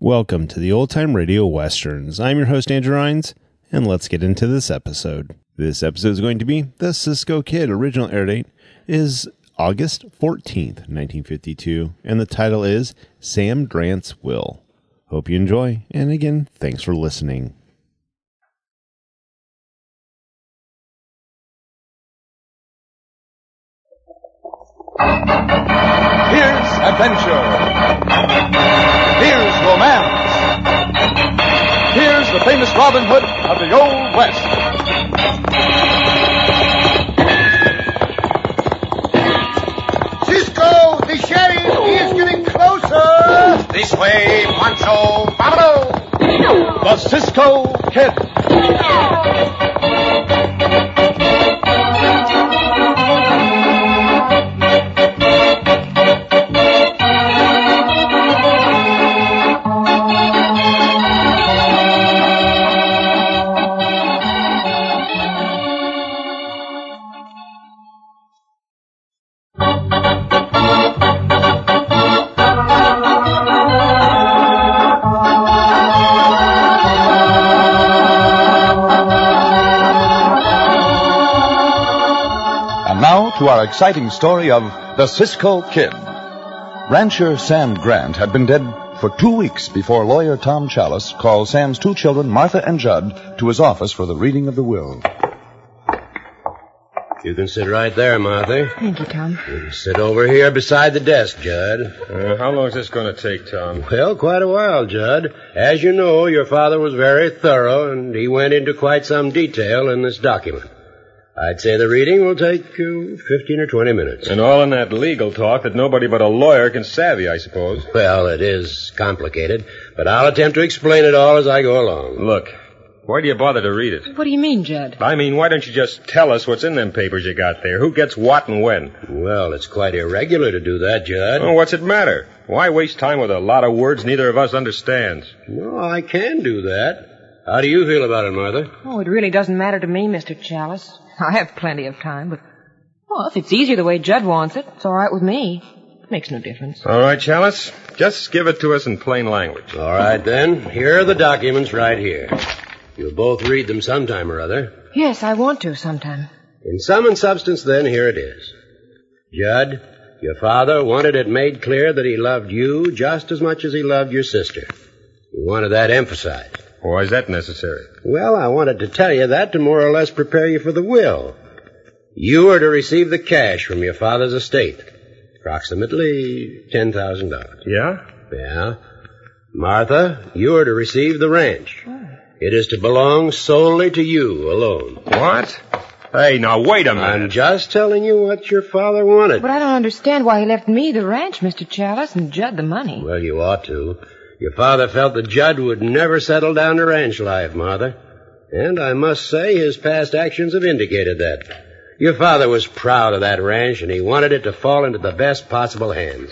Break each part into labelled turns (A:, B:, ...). A: Welcome to the Old Time Radio Westerns. I'm your host, Andrew Rhines, and let's get into this episode. This episode is going to be The Cisco Kid. Original air date is August 14th, 1952, and the title is Sam Grant's Will. Hope you enjoy, and again, thanks for listening.
B: Here's adventure. Here's romance. Here's the famous Robin Hood of the Old West.
C: Cisco, the sheriff, he is getting closer.
B: This way, Pancho Pablo. The Cisco Kid. And now to our exciting story of The Cisco Kid. Rancher Sam Grant had been dead for two weeks before lawyer Tom Chalice called Sam's two children, Martha and Judd, to his office for the reading of the will.
D: You can sit right there, Martha.
E: Thank you, Tom.
D: You can sit over here beside the desk, Judd.
F: Uh, how long is this going to take, Tom?
D: Well, quite a while, Judd. As you know, your father was very thorough, and he went into quite some detail in this document. I'd say the reading will take uh, 15 or 20 minutes.
F: And all in that legal talk that nobody but a lawyer can savvy, I suppose.
D: Well, it is complicated, but I'll attempt to explain it all as I go along.
F: Look, why do you bother to read it?
E: What do you mean, Judd?
F: I mean, why don't you just tell us what's in them papers you got there? Who gets what and when?
D: Well, it's quite irregular to do that, Judd.
F: Well, what's it matter? Why waste time with a lot of words neither of us understands?
D: No, I can do that. How do you feel about it, Martha?
E: Oh, it really doesn't matter to me, Mr. Chalice. I have plenty of time, but. Well, if it's easier the way Judd wants it, it's all right with me. Makes no difference.
F: All right, Chalice, just give it to us in plain language.
D: All right, then. Here are the documents right here. You'll both read them sometime or other.
E: Yes, I want to sometime.
D: In sum and substance, then, here it is. Judd, your father wanted it made clear that he loved you just as much as he loved your sister. He wanted that emphasized.
F: Why is that necessary?
D: Well, I wanted to tell you that to more or less prepare you for the will. You are to receive the cash from your father's estate. Approximately $10,000.
F: Yeah?
D: Yeah. Martha, you are to receive the ranch. It is to belong solely to you alone.
F: What? Hey, now wait a
D: I'm
F: minute.
D: just telling you what your father wanted.
E: But I don't understand why he left me the ranch, Mr. Chalice, and Judd the money.
D: Well, you ought to. Your father felt that Judd would never settle down to ranch life, Martha. And I must say his past actions have indicated that. Your father was proud of that ranch and he wanted it to fall into the best possible hands.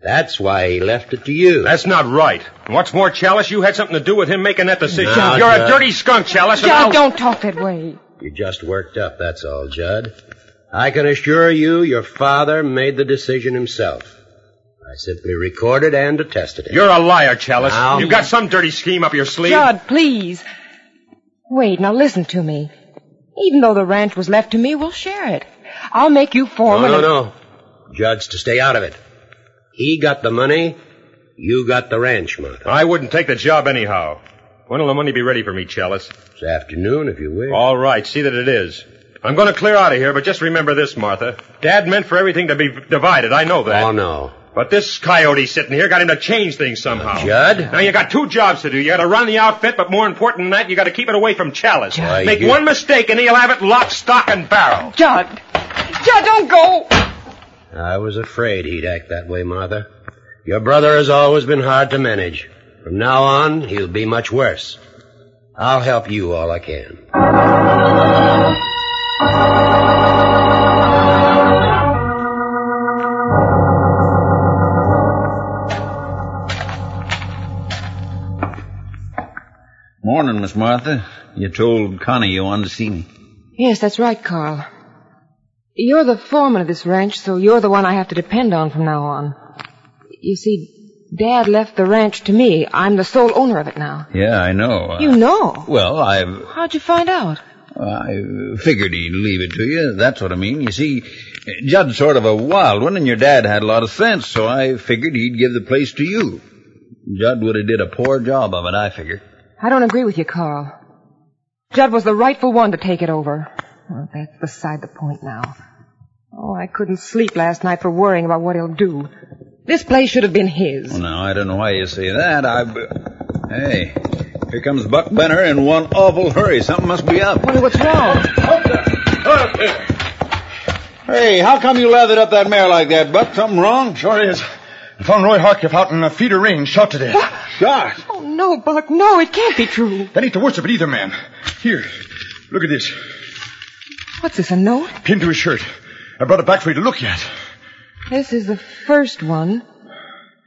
D: That's why he left it to you.
F: That's not right. And what's more, Chalice, you had something to do with him making that decision.
D: No,
F: You're
D: Judd.
F: a dirty skunk, Chalice. and I'll-
E: Judd, don't talk that way.
D: You're just worked up, that's all, Judd. I can assure you your father made the decision himself. I simply recorded and attested it.
F: You're a liar, Chalice.
D: Now-
F: You've got some dirty scheme up your sleeve.
E: Judd, please. Wait, now listen to me. Even though the ranch was left to me, we'll share it. I'll make you
D: No,
E: foreman.
D: no,
E: and-
D: no. Judge to stay out of it. He got the money. You got the ranch, Martha.
F: I wouldn't take the job anyhow. When'll the money be ready for me, Chalice?
D: This afternoon, if you wish.
F: All right, see that it is. I'm going to clear out of here, but just remember this, Martha. Dad meant for everything to be divided. I know that.
D: Oh, no.
F: But this coyote sitting here got him to change things somehow.
D: Judd?
F: Now you got two jobs to do. You got to run the outfit, but more important than that, you got to keep it away from Chalice.
D: Why,
F: Make
D: you-
F: one mistake, and he'll have it lock, stock, and barrel.
E: Judd! Judd, don't go!
D: I was afraid he'd act that way, Martha. Your brother has always been hard to manage. From now on, he'll be much worse. I'll help you all I can.
G: Morning, Miss Martha. You told Connie you wanted to see me.
E: Yes, that's right, Carl. You're the foreman of this ranch, so you're the one I have to depend on from now on. You see, Dad left the ranch to me. I'm the sole owner of it now.
G: Yeah, I know. Uh,
E: You know.
G: Well, I've
E: How'd you find out?
G: I figured he'd leave it to you. That's what I mean. You see, Judd's sort of a wild one, and your dad had a lot of sense, so I figured he'd give the place to you. Judd would have did a poor job of it, I figure.
E: I don't agree with you, Carl. Judd was the rightful one to take it over. Well, that's beside the point now. Oh, I couldn't sleep last night for worrying about what he'll do. This place should have been his.
G: Well, now, I don't know why you say that. I... Hey, here comes Buck Benner in one awful hurry. Something must be up.
E: Wonder what's wrong.
G: Hey, how come you lathered up that mare like that, Buck? Something wrong?
H: Sure is. I found Roy Harkiff out in a feeder range, shot to death.
G: Gosh.
E: Oh, no, Buck, no, it can't be true.
H: That ain't the worst of it either, ma'am. Here, look at this.
E: What's this, a note?
H: Pinned to his shirt. I brought it back for you to look at.
E: This is the first one.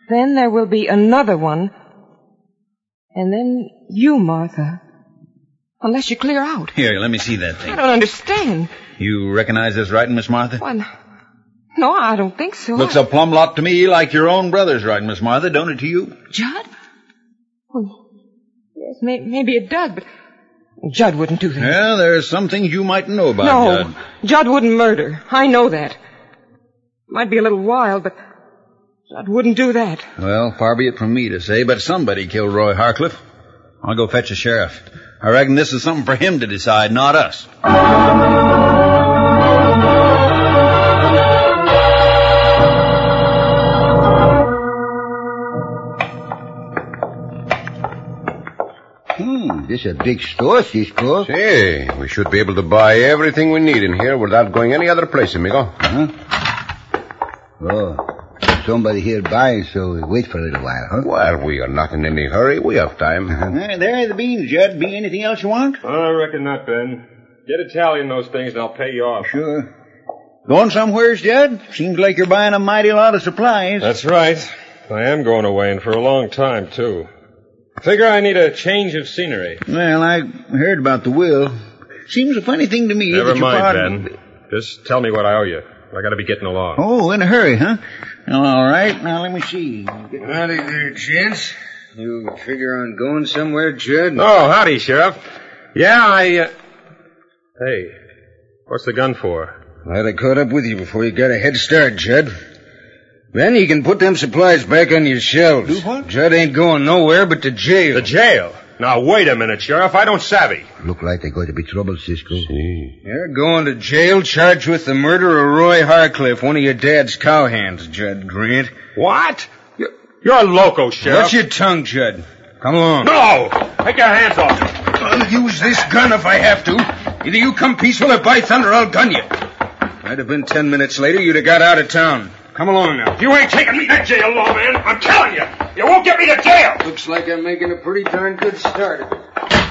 E: Then there will be another one. And then you, Martha. Unless you clear out.
G: Here, let me see that
E: I
G: thing.
E: don't understand.
G: You recognize this writing, Miss Martha?
E: One. No, I don't think so.
G: Looks a plumb lot to me like your own brother's writing, Miss Martha, don't it to you?
E: Judd? Well, yes, may, maybe it does, but Judd wouldn't do that.
G: Yeah, there's some things you might know about
E: no,
G: Judd.
E: Judd wouldn't murder. I know that. Might be a little wild, but Judd wouldn't do that.
G: Well, far be it from me to say, but somebody killed Roy Harcliffe. I'll go fetch a sheriff. I reckon this is something for him to decide, not us.
I: Hmm, this a big store, Cisco.
H: Hey, we should be able to buy everything we need in here without going any other place, amigo.
I: Oh, somebody here buying, so we wait for a little while, huh? Uh-huh.
H: Well, we are not in any hurry. We have time.
G: there are the beans, Judd. Be anything else you want?
F: I reckon not, Ben. Get a tally on those things and I'll pay you off.
G: Sure. Going somewheres, Judd? Seems like you're buying a mighty lot of supplies.
F: That's right. I am going away and for a long time, too. Figure I need a change of scenery.
G: well, I heard about the will. Seems a funny thing to me. that
F: Never
G: your father-
F: mind, Ben. Just tell me what I owe you. I gotta be getting along.
G: Oh, in a hurry, huh? All right, now let me see.
I: Not a good chance. You figure on going somewhere, Judd?
F: Oh, howdy, Sheriff. Yeah, I. Uh... Hey, what's the gun for?
I: Glad I caught up with you before you got a head start, Judd. Then you can put them supplies back on your shelves.
G: Do what?
I: Judd ain't going nowhere but to jail.
F: The jail. Now wait a minute, Sheriff. I don't savvy.
I: Look like they're going to be trouble, Cisco. See. They're going to jail charged with the murder of Roy Harcliffe, one of your dad's cowhands, Judd Grant.
F: What? You're, you're a loco, Sheriff.
I: Watch your tongue, Judd. Come along.
F: No! Take your hands off me.
I: I'll use this gun if I have to. Either you come peaceful or by thunder, I'll gun you. Might have been ten minutes later, you'd have got out of town. Come along now.
F: You ain't taking me to jail, lawman. I'm telling you. You won't get me to jail.
I: Looks like I'm making a pretty darn good start of it.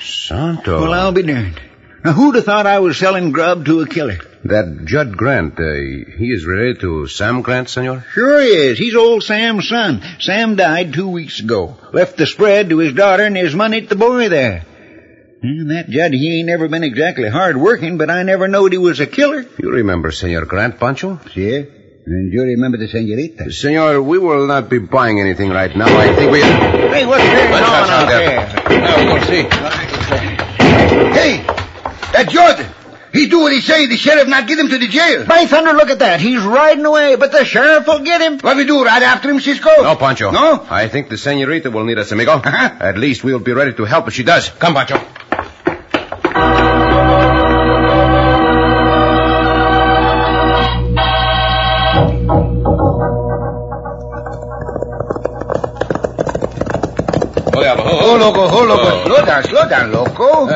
H: Santo.
G: Well, I'll be darned. Now, who'd have thought I was selling grub to a killer?
H: That Judd Grant, uh, he is related to Sam Grant, senor?
G: Sure he is. He's old Sam's son. Sam died two weeks ago. Left the spread to his daughter and his money to the boy there. And that Judd, he ain't never been exactly hard working, but I never knowed he was a killer.
H: You remember Senor Grant, Pancho?
I: See? And you remember the senorita?
H: Senor, we will not be buying anything right now. I think we...
G: Hey, what's going on
H: What's that
G: out
H: sound
G: there?
I: No, we'll see. Hey, that Jordan. He do what he say. The sheriff not get him to the jail.
G: By thunder, look at that. He's riding away, but the sheriff will get him.
I: What we do, right after him, Cisco?
H: No, Uh-huh. Pancho.
I: No?
H: I think the senorita will need us, amigo. At least we will be ready to help if she does. Come, Pancho.
I: Oh, loco, oh, loco. Slow down, slow down, loco.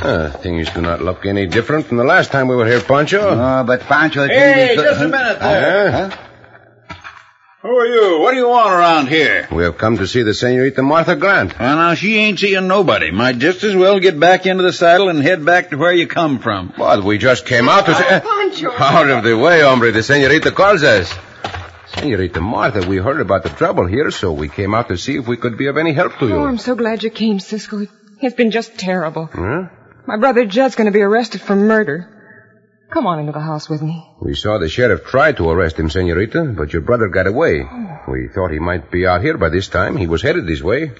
H: Uh, things do not look any different from the last time we were here, Pancho.
I: oh, but Pancho...
G: Hey, just a minute there.
H: Huh?
G: Who are you? What do you want around here?
H: We have come to see the senorita Martha Grant.
G: Well, now, she ain't seeing nobody. Might just as well get back into the saddle and head back to where you come from. Oh,
H: Well, we just came out to see...
E: Pancho.
H: Out of the way, hombre. The senorita calls us. Senorita Martha, we heard about the trouble here, so we came out to see if we could be of any help to
E: Oh, I'm
H: you.
E: so glad you came, Cisco. It's been just terrible.
H: Huh?
E: My brother Judd's going to be arrested for murder. Come on into the house with me.
H: We saw the sheriff try to arrest him, senorita, but your brother got away. We thought he might be out here by this time. He was headed this way.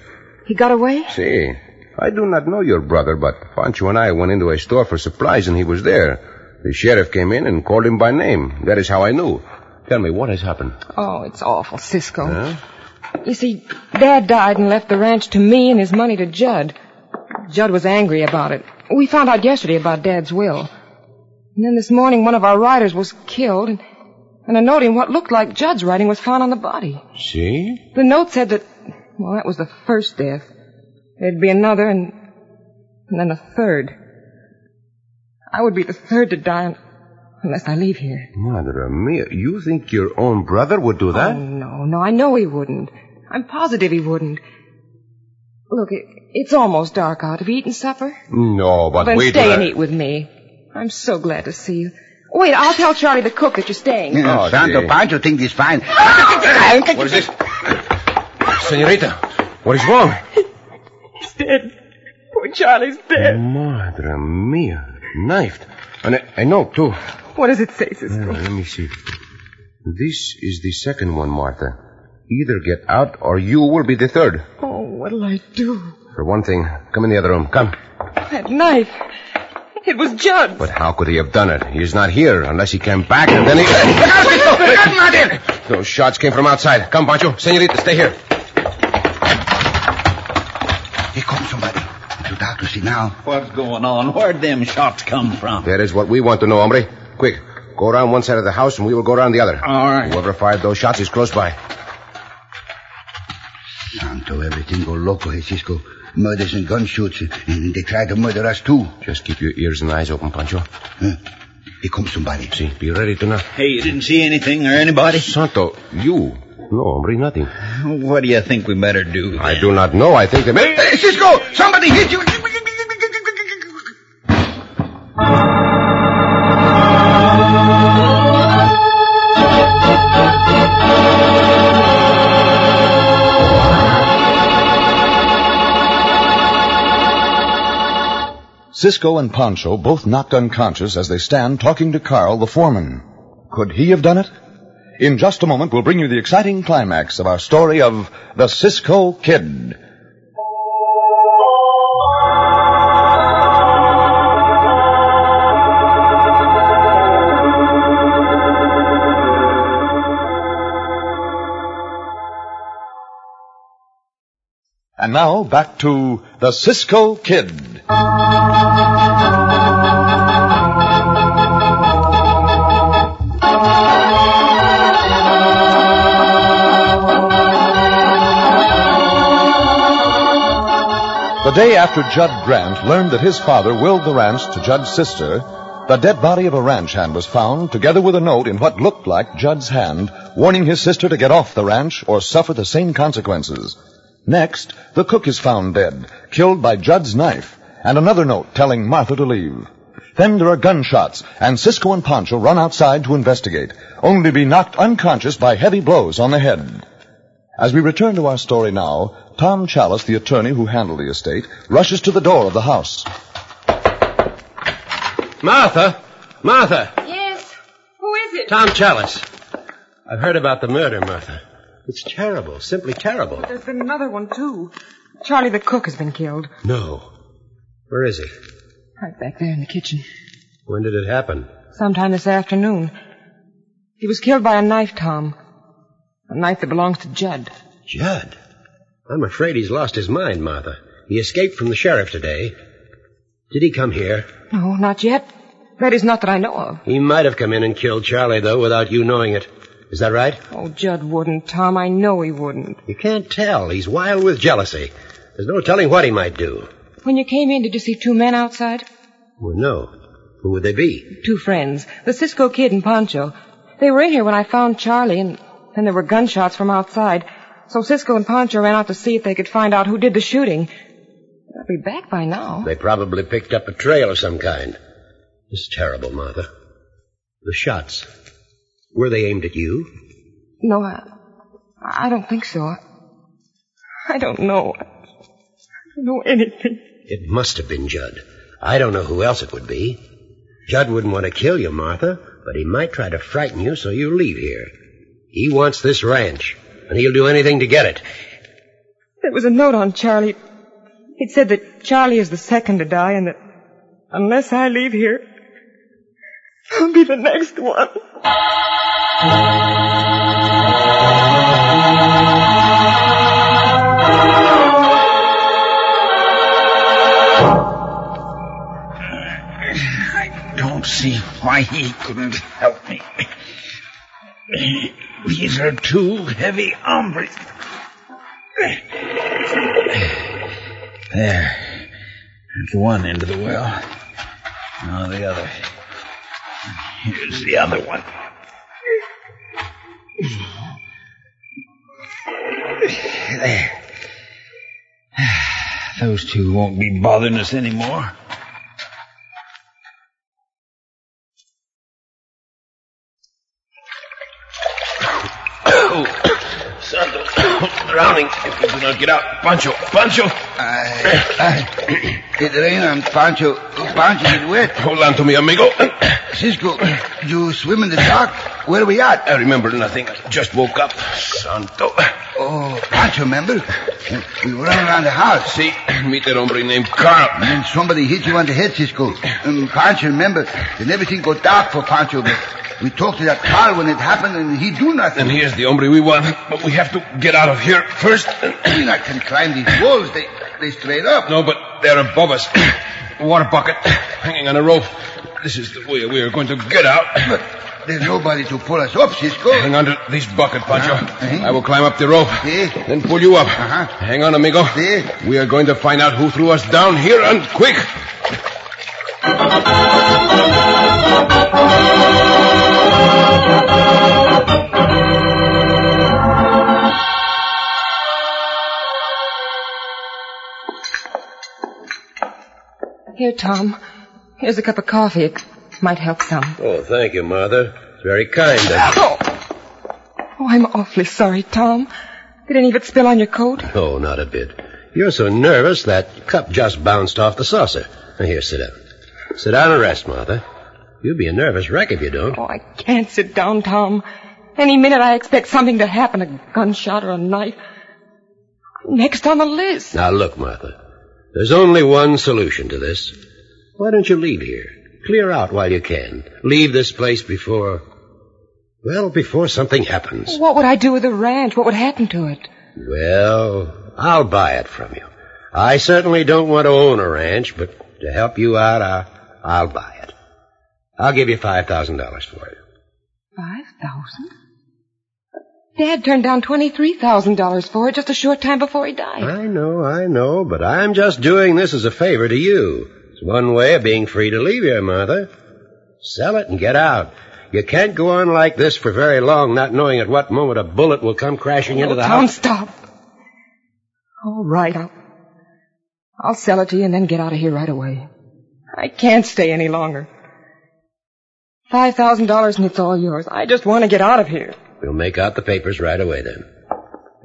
E: He got away?
H: See, I do not know your brother, but Pancho and I went into a store for supplies and he was there. The sheriff came in and called him by name. That is how I knew. Tell me, what has happened?
E: Oh, it's awful, Cisco. You see, Dad died and left the ranch to me and his money to Judd. Judd was angry about it. We found out yesterday about Dad's will. And then this morning, one of our riders was killed, and, and a note in what looked like Judd's writing was found on the body.
H: See?
E: The note said that, well, that was the first death. There'd be another, and, and then a third. I would be the third to die un- unless I leave here.
H: Madre mia, you think your own brother would do that?
E: Oh, no, no, I know he wouldn't. I'm positive he wouldn't. Look, it, it's almost dark out. Have you eaten supper?
H: No, but
E: then
H: wait.
E: stay
H: till I-
E: and eat with me. I'm so glad to see you. Wait, I'll tell Charlie the cook that you're staying.
H: Oh,
I: Santo
H: gee.
I: Pancho think this fine.
H: What is this? Senorita, what is wrong?
E: He's dead. Poor Charlie's dead.
H: Madre mia, knifed. And a, a note, too.
E: What does it say, Cisco?
H: Now, let me see. This is the second one, Martha. Either get out or you will be the third.
E: Oh, what'll I do?
H: For one thing, come in the other room. Come.
E: That knife. It was Judd.
H: But how could he have done it? He is not here unless he came back and then he. Those shots came from outside. Come, Pancho. Senorita, stay here.
I: Here comes somebody. Too dark to see now.
G: What's going on? Where'd them shots come from?
H: That is what we want to know, hombre. Quick, go around one side of the house and we will go around the other.
I: All right.
H: Whoever fired those shots is close by.
I: Santo, everything go loco, here, Cisco. Murders and gunshoots, and they try to murder us too.
H: Just keep your ears and eyes open, Pancho.
I: Huh? Here comes somebody.
H: See, be ready to knock.
G: Hey, you didn't see anything or anybody?
H: Santo, you. No, hombre, nothing.
G: What do you think we better do? Then?
H: I do not know. I think they may.
I: Hey, Cisco! Somebody hit you!
B: Cisco and Pancho both knocked unconscious as they stand talking to Carl, the foreman. Could he have done it? In just a moment, we'll bring you the exciting climax of our story of the Cisco Kid. And now back to the Cisco Kid. The day after Judd Grant learned that his father willed the ranch to Judd's sister, the dead body of a ranch hand was found, together with a note in what looked like Judd's hand, warning his sister to get off the ranch or suffer the same consequences. Next, the cook is found dead, killed by Judd's knife, and another note telling Martha to leave. Then there are gunshots, and Cisco and Pancho run outside to investigate, only to be knocked unconscious by heavy blows on the head. As we return to our story now, Tom Chalice, the attorney who handled the estate, rushes to the door of the house.
D: Martha! Martha!
E: Yes. Who is it?
D: Tom Chalice. I've heard about the murder, Martha. It's terrible, simply terrible.
E: There's been another one, too. Charlie the cook has been killed.
D: No. Where is he?
E: Right back there in the kitchen.
D: When did it happen?
E: Sometime this afternoon. He was killed by a knife, Tom. A knife that belongs to Judd.
D: Judd. I'm afraid he's lost his mind, Martha. He escaped from the sheriff today. Did he come here?
E: No, not yet. That is not that I know of.
D: He might have come in and killed Charlie, though, without you knowing it. Is that right?
E: Oh, Judd wouldn't, Tom. I know he wouldn't.
D: You can't tell. He's wild with jealousy. There's no telling what he might do.
E: When you came in, did you see two men outside?
D: Well, no. Who would they be?
E: Two friends. The Cisco Kid and Pancho. They were in here when I found Charlie, and then there were gunshots from outside. So Cisco and Pancho ran out to see if they could find out who did the shooting. They'll be back by now.
D: They probably picked up a trail of some kind. It's terrible, Martha. The shots. Were they aimed at you?
E: No, I, I don't think so. I don't know. I don't know anything.
D: It must have been Judd. I don't know who else it would be. Judd wouldn't want to kill you, Martha, but he might try to frighten you so you leave here. He wants this ranch, and he'll do anything to get it.
E: There was a note on Charlie. It said that Charlie is the second to die and that unless I leave here, I'll be the next one.
J: Don't see why he couldn't help me. These are two heavy hombres. There. That's one end of the well. Now the other. Here's the other one. There. Those two won't be bothering us anymore.
K: Santo, drowning if you do not get out. Pancho, Pancho.
J: Pedreño and Pancho. Pancho is wet.
K: Hold on to me, amigo.
J: Cisco, you swim in the dark? Where are we at?
K: I remember nothing. I just woke up. Santo.
J: Oh, Pancho, remember? We were running around the house.
K: See, meet that hombre named Carl.
J: And somebody hit you on the head, Cisco. And Pancho, remember, then everything got dark for Pancho, but we talked to that Carl when it happened, and he do nothing.
K: And here's the hombre we want, but we have to get out of here first.
J: We not can climb these walls. They they straight up.
K: No, but they're above us. Water bucket hanging on a rope. This is the way we are going to get out.
J: But there's nobody to pull us up, Cisco.
K: Hang on to this bucket, Pancho. Uh-huh. I will climb up the rope, uh-huh. then pull you up. Uh-huh. Hang on, amigo. We are going to find out who threw us down here, and quick.
E: Here, Tom. Here's a cup of coffee. It might help some.
D: Oh, thank you, Martha. It's very kind of you.
E: Oh, I'm awfully sorry, Tom. Did any of it spill on your coat?
D: Oh, not a bit. You're so nervous that cup just bounced off the saucer. Now, here, sit down. Sit down and rest, Martha. You'll be a nervous wreck if you don't.
E: Oh, I can't sit down, Tom. Any minute I expect something to happen, a gunshot or a knife. Next on the list.
D: Now look, Martha. There's only one solution to this. Why don't you leave here? Clear out while you can. Leave this place before, well, before something happens.
E: What would I do with the ranch? What would happen to it?
D: Well, I'll buy it from you. I certainly don't want to own a ranch, but to help you out, I, I'll buy it. I'll give you five thousand dollars for it.
E: Five thousand? Dad turned down twenty-three thousand dollars for it just a short time before he died.
D: I know, I know, but I'm just doing this as a favor to you. It's one way of being free to leave here, Martha. Sell it and get out. You can't go on like this for very long, not knowing at what moment a bullet will come crashing
E: no,
D: into the
E: Tom,
D: house.
E: stop. All right, I'll, I'll sell it to you and then get out of here right away. I can't stay any longer. Five thousand dollars and it's all yours. I just want to get out of here.
D: We'll make out the papers right away then.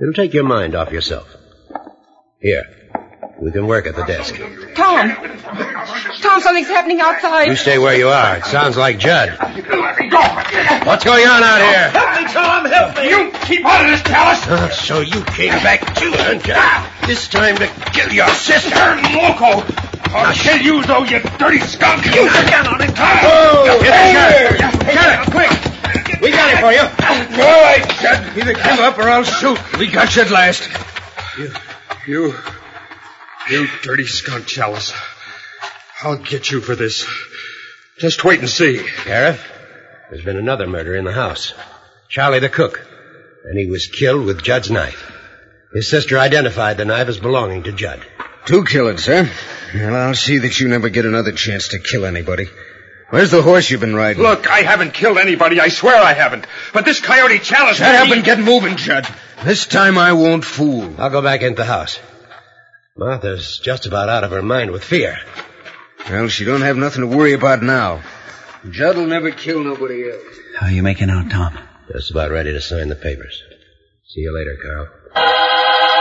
D: It'll take your mind off yourself. Here. We can work at the desk.
E: Tom! Tom, something's happening outside.
D: You stay where you are. It sounds like Judd.
J: Let me go!
D: What's going on out here?
K: Help me, Tom! Help me!
J: You keep out of this palace!
D: Oh, so you came back too, huh, Judd? This time to kill your sister.
J: Turn loco! I'll kill you, though, you dirty skunk!
K: You sit down on it, Tom!
D: Oh! Hey!
K: Shut it, quick! We got it for you.
J: No, I can't. Either kill up or I'll shoot.
K: We got you at last.
I: You. You dirty skunk, Chalice. I'll get you for this. Just wait and see.
D: Sheriff, there's been another murder in the house. Charlie the cook. And he was killed with Judd's knife. His sister identified the knife as belonging to Judd.
I: Two killings, huh? Well, I'll see that you never get another chance to kill anybody. Where's the horse you've been riding?
F: Look, I haven't killed anybody. I swear I haven't. But this coyote Chalice.
I: Shut up and get moving, Judd. This time I won't fool.
D: I'll go back into the house. Martha's just about out of her mind with fear.
I: Well, she don't have nothing to worry about now.
J: Judd'll never kill nobody else.
K: How are you making out, Tom?
D: Just about ready to sign the papers. See you later, Carl.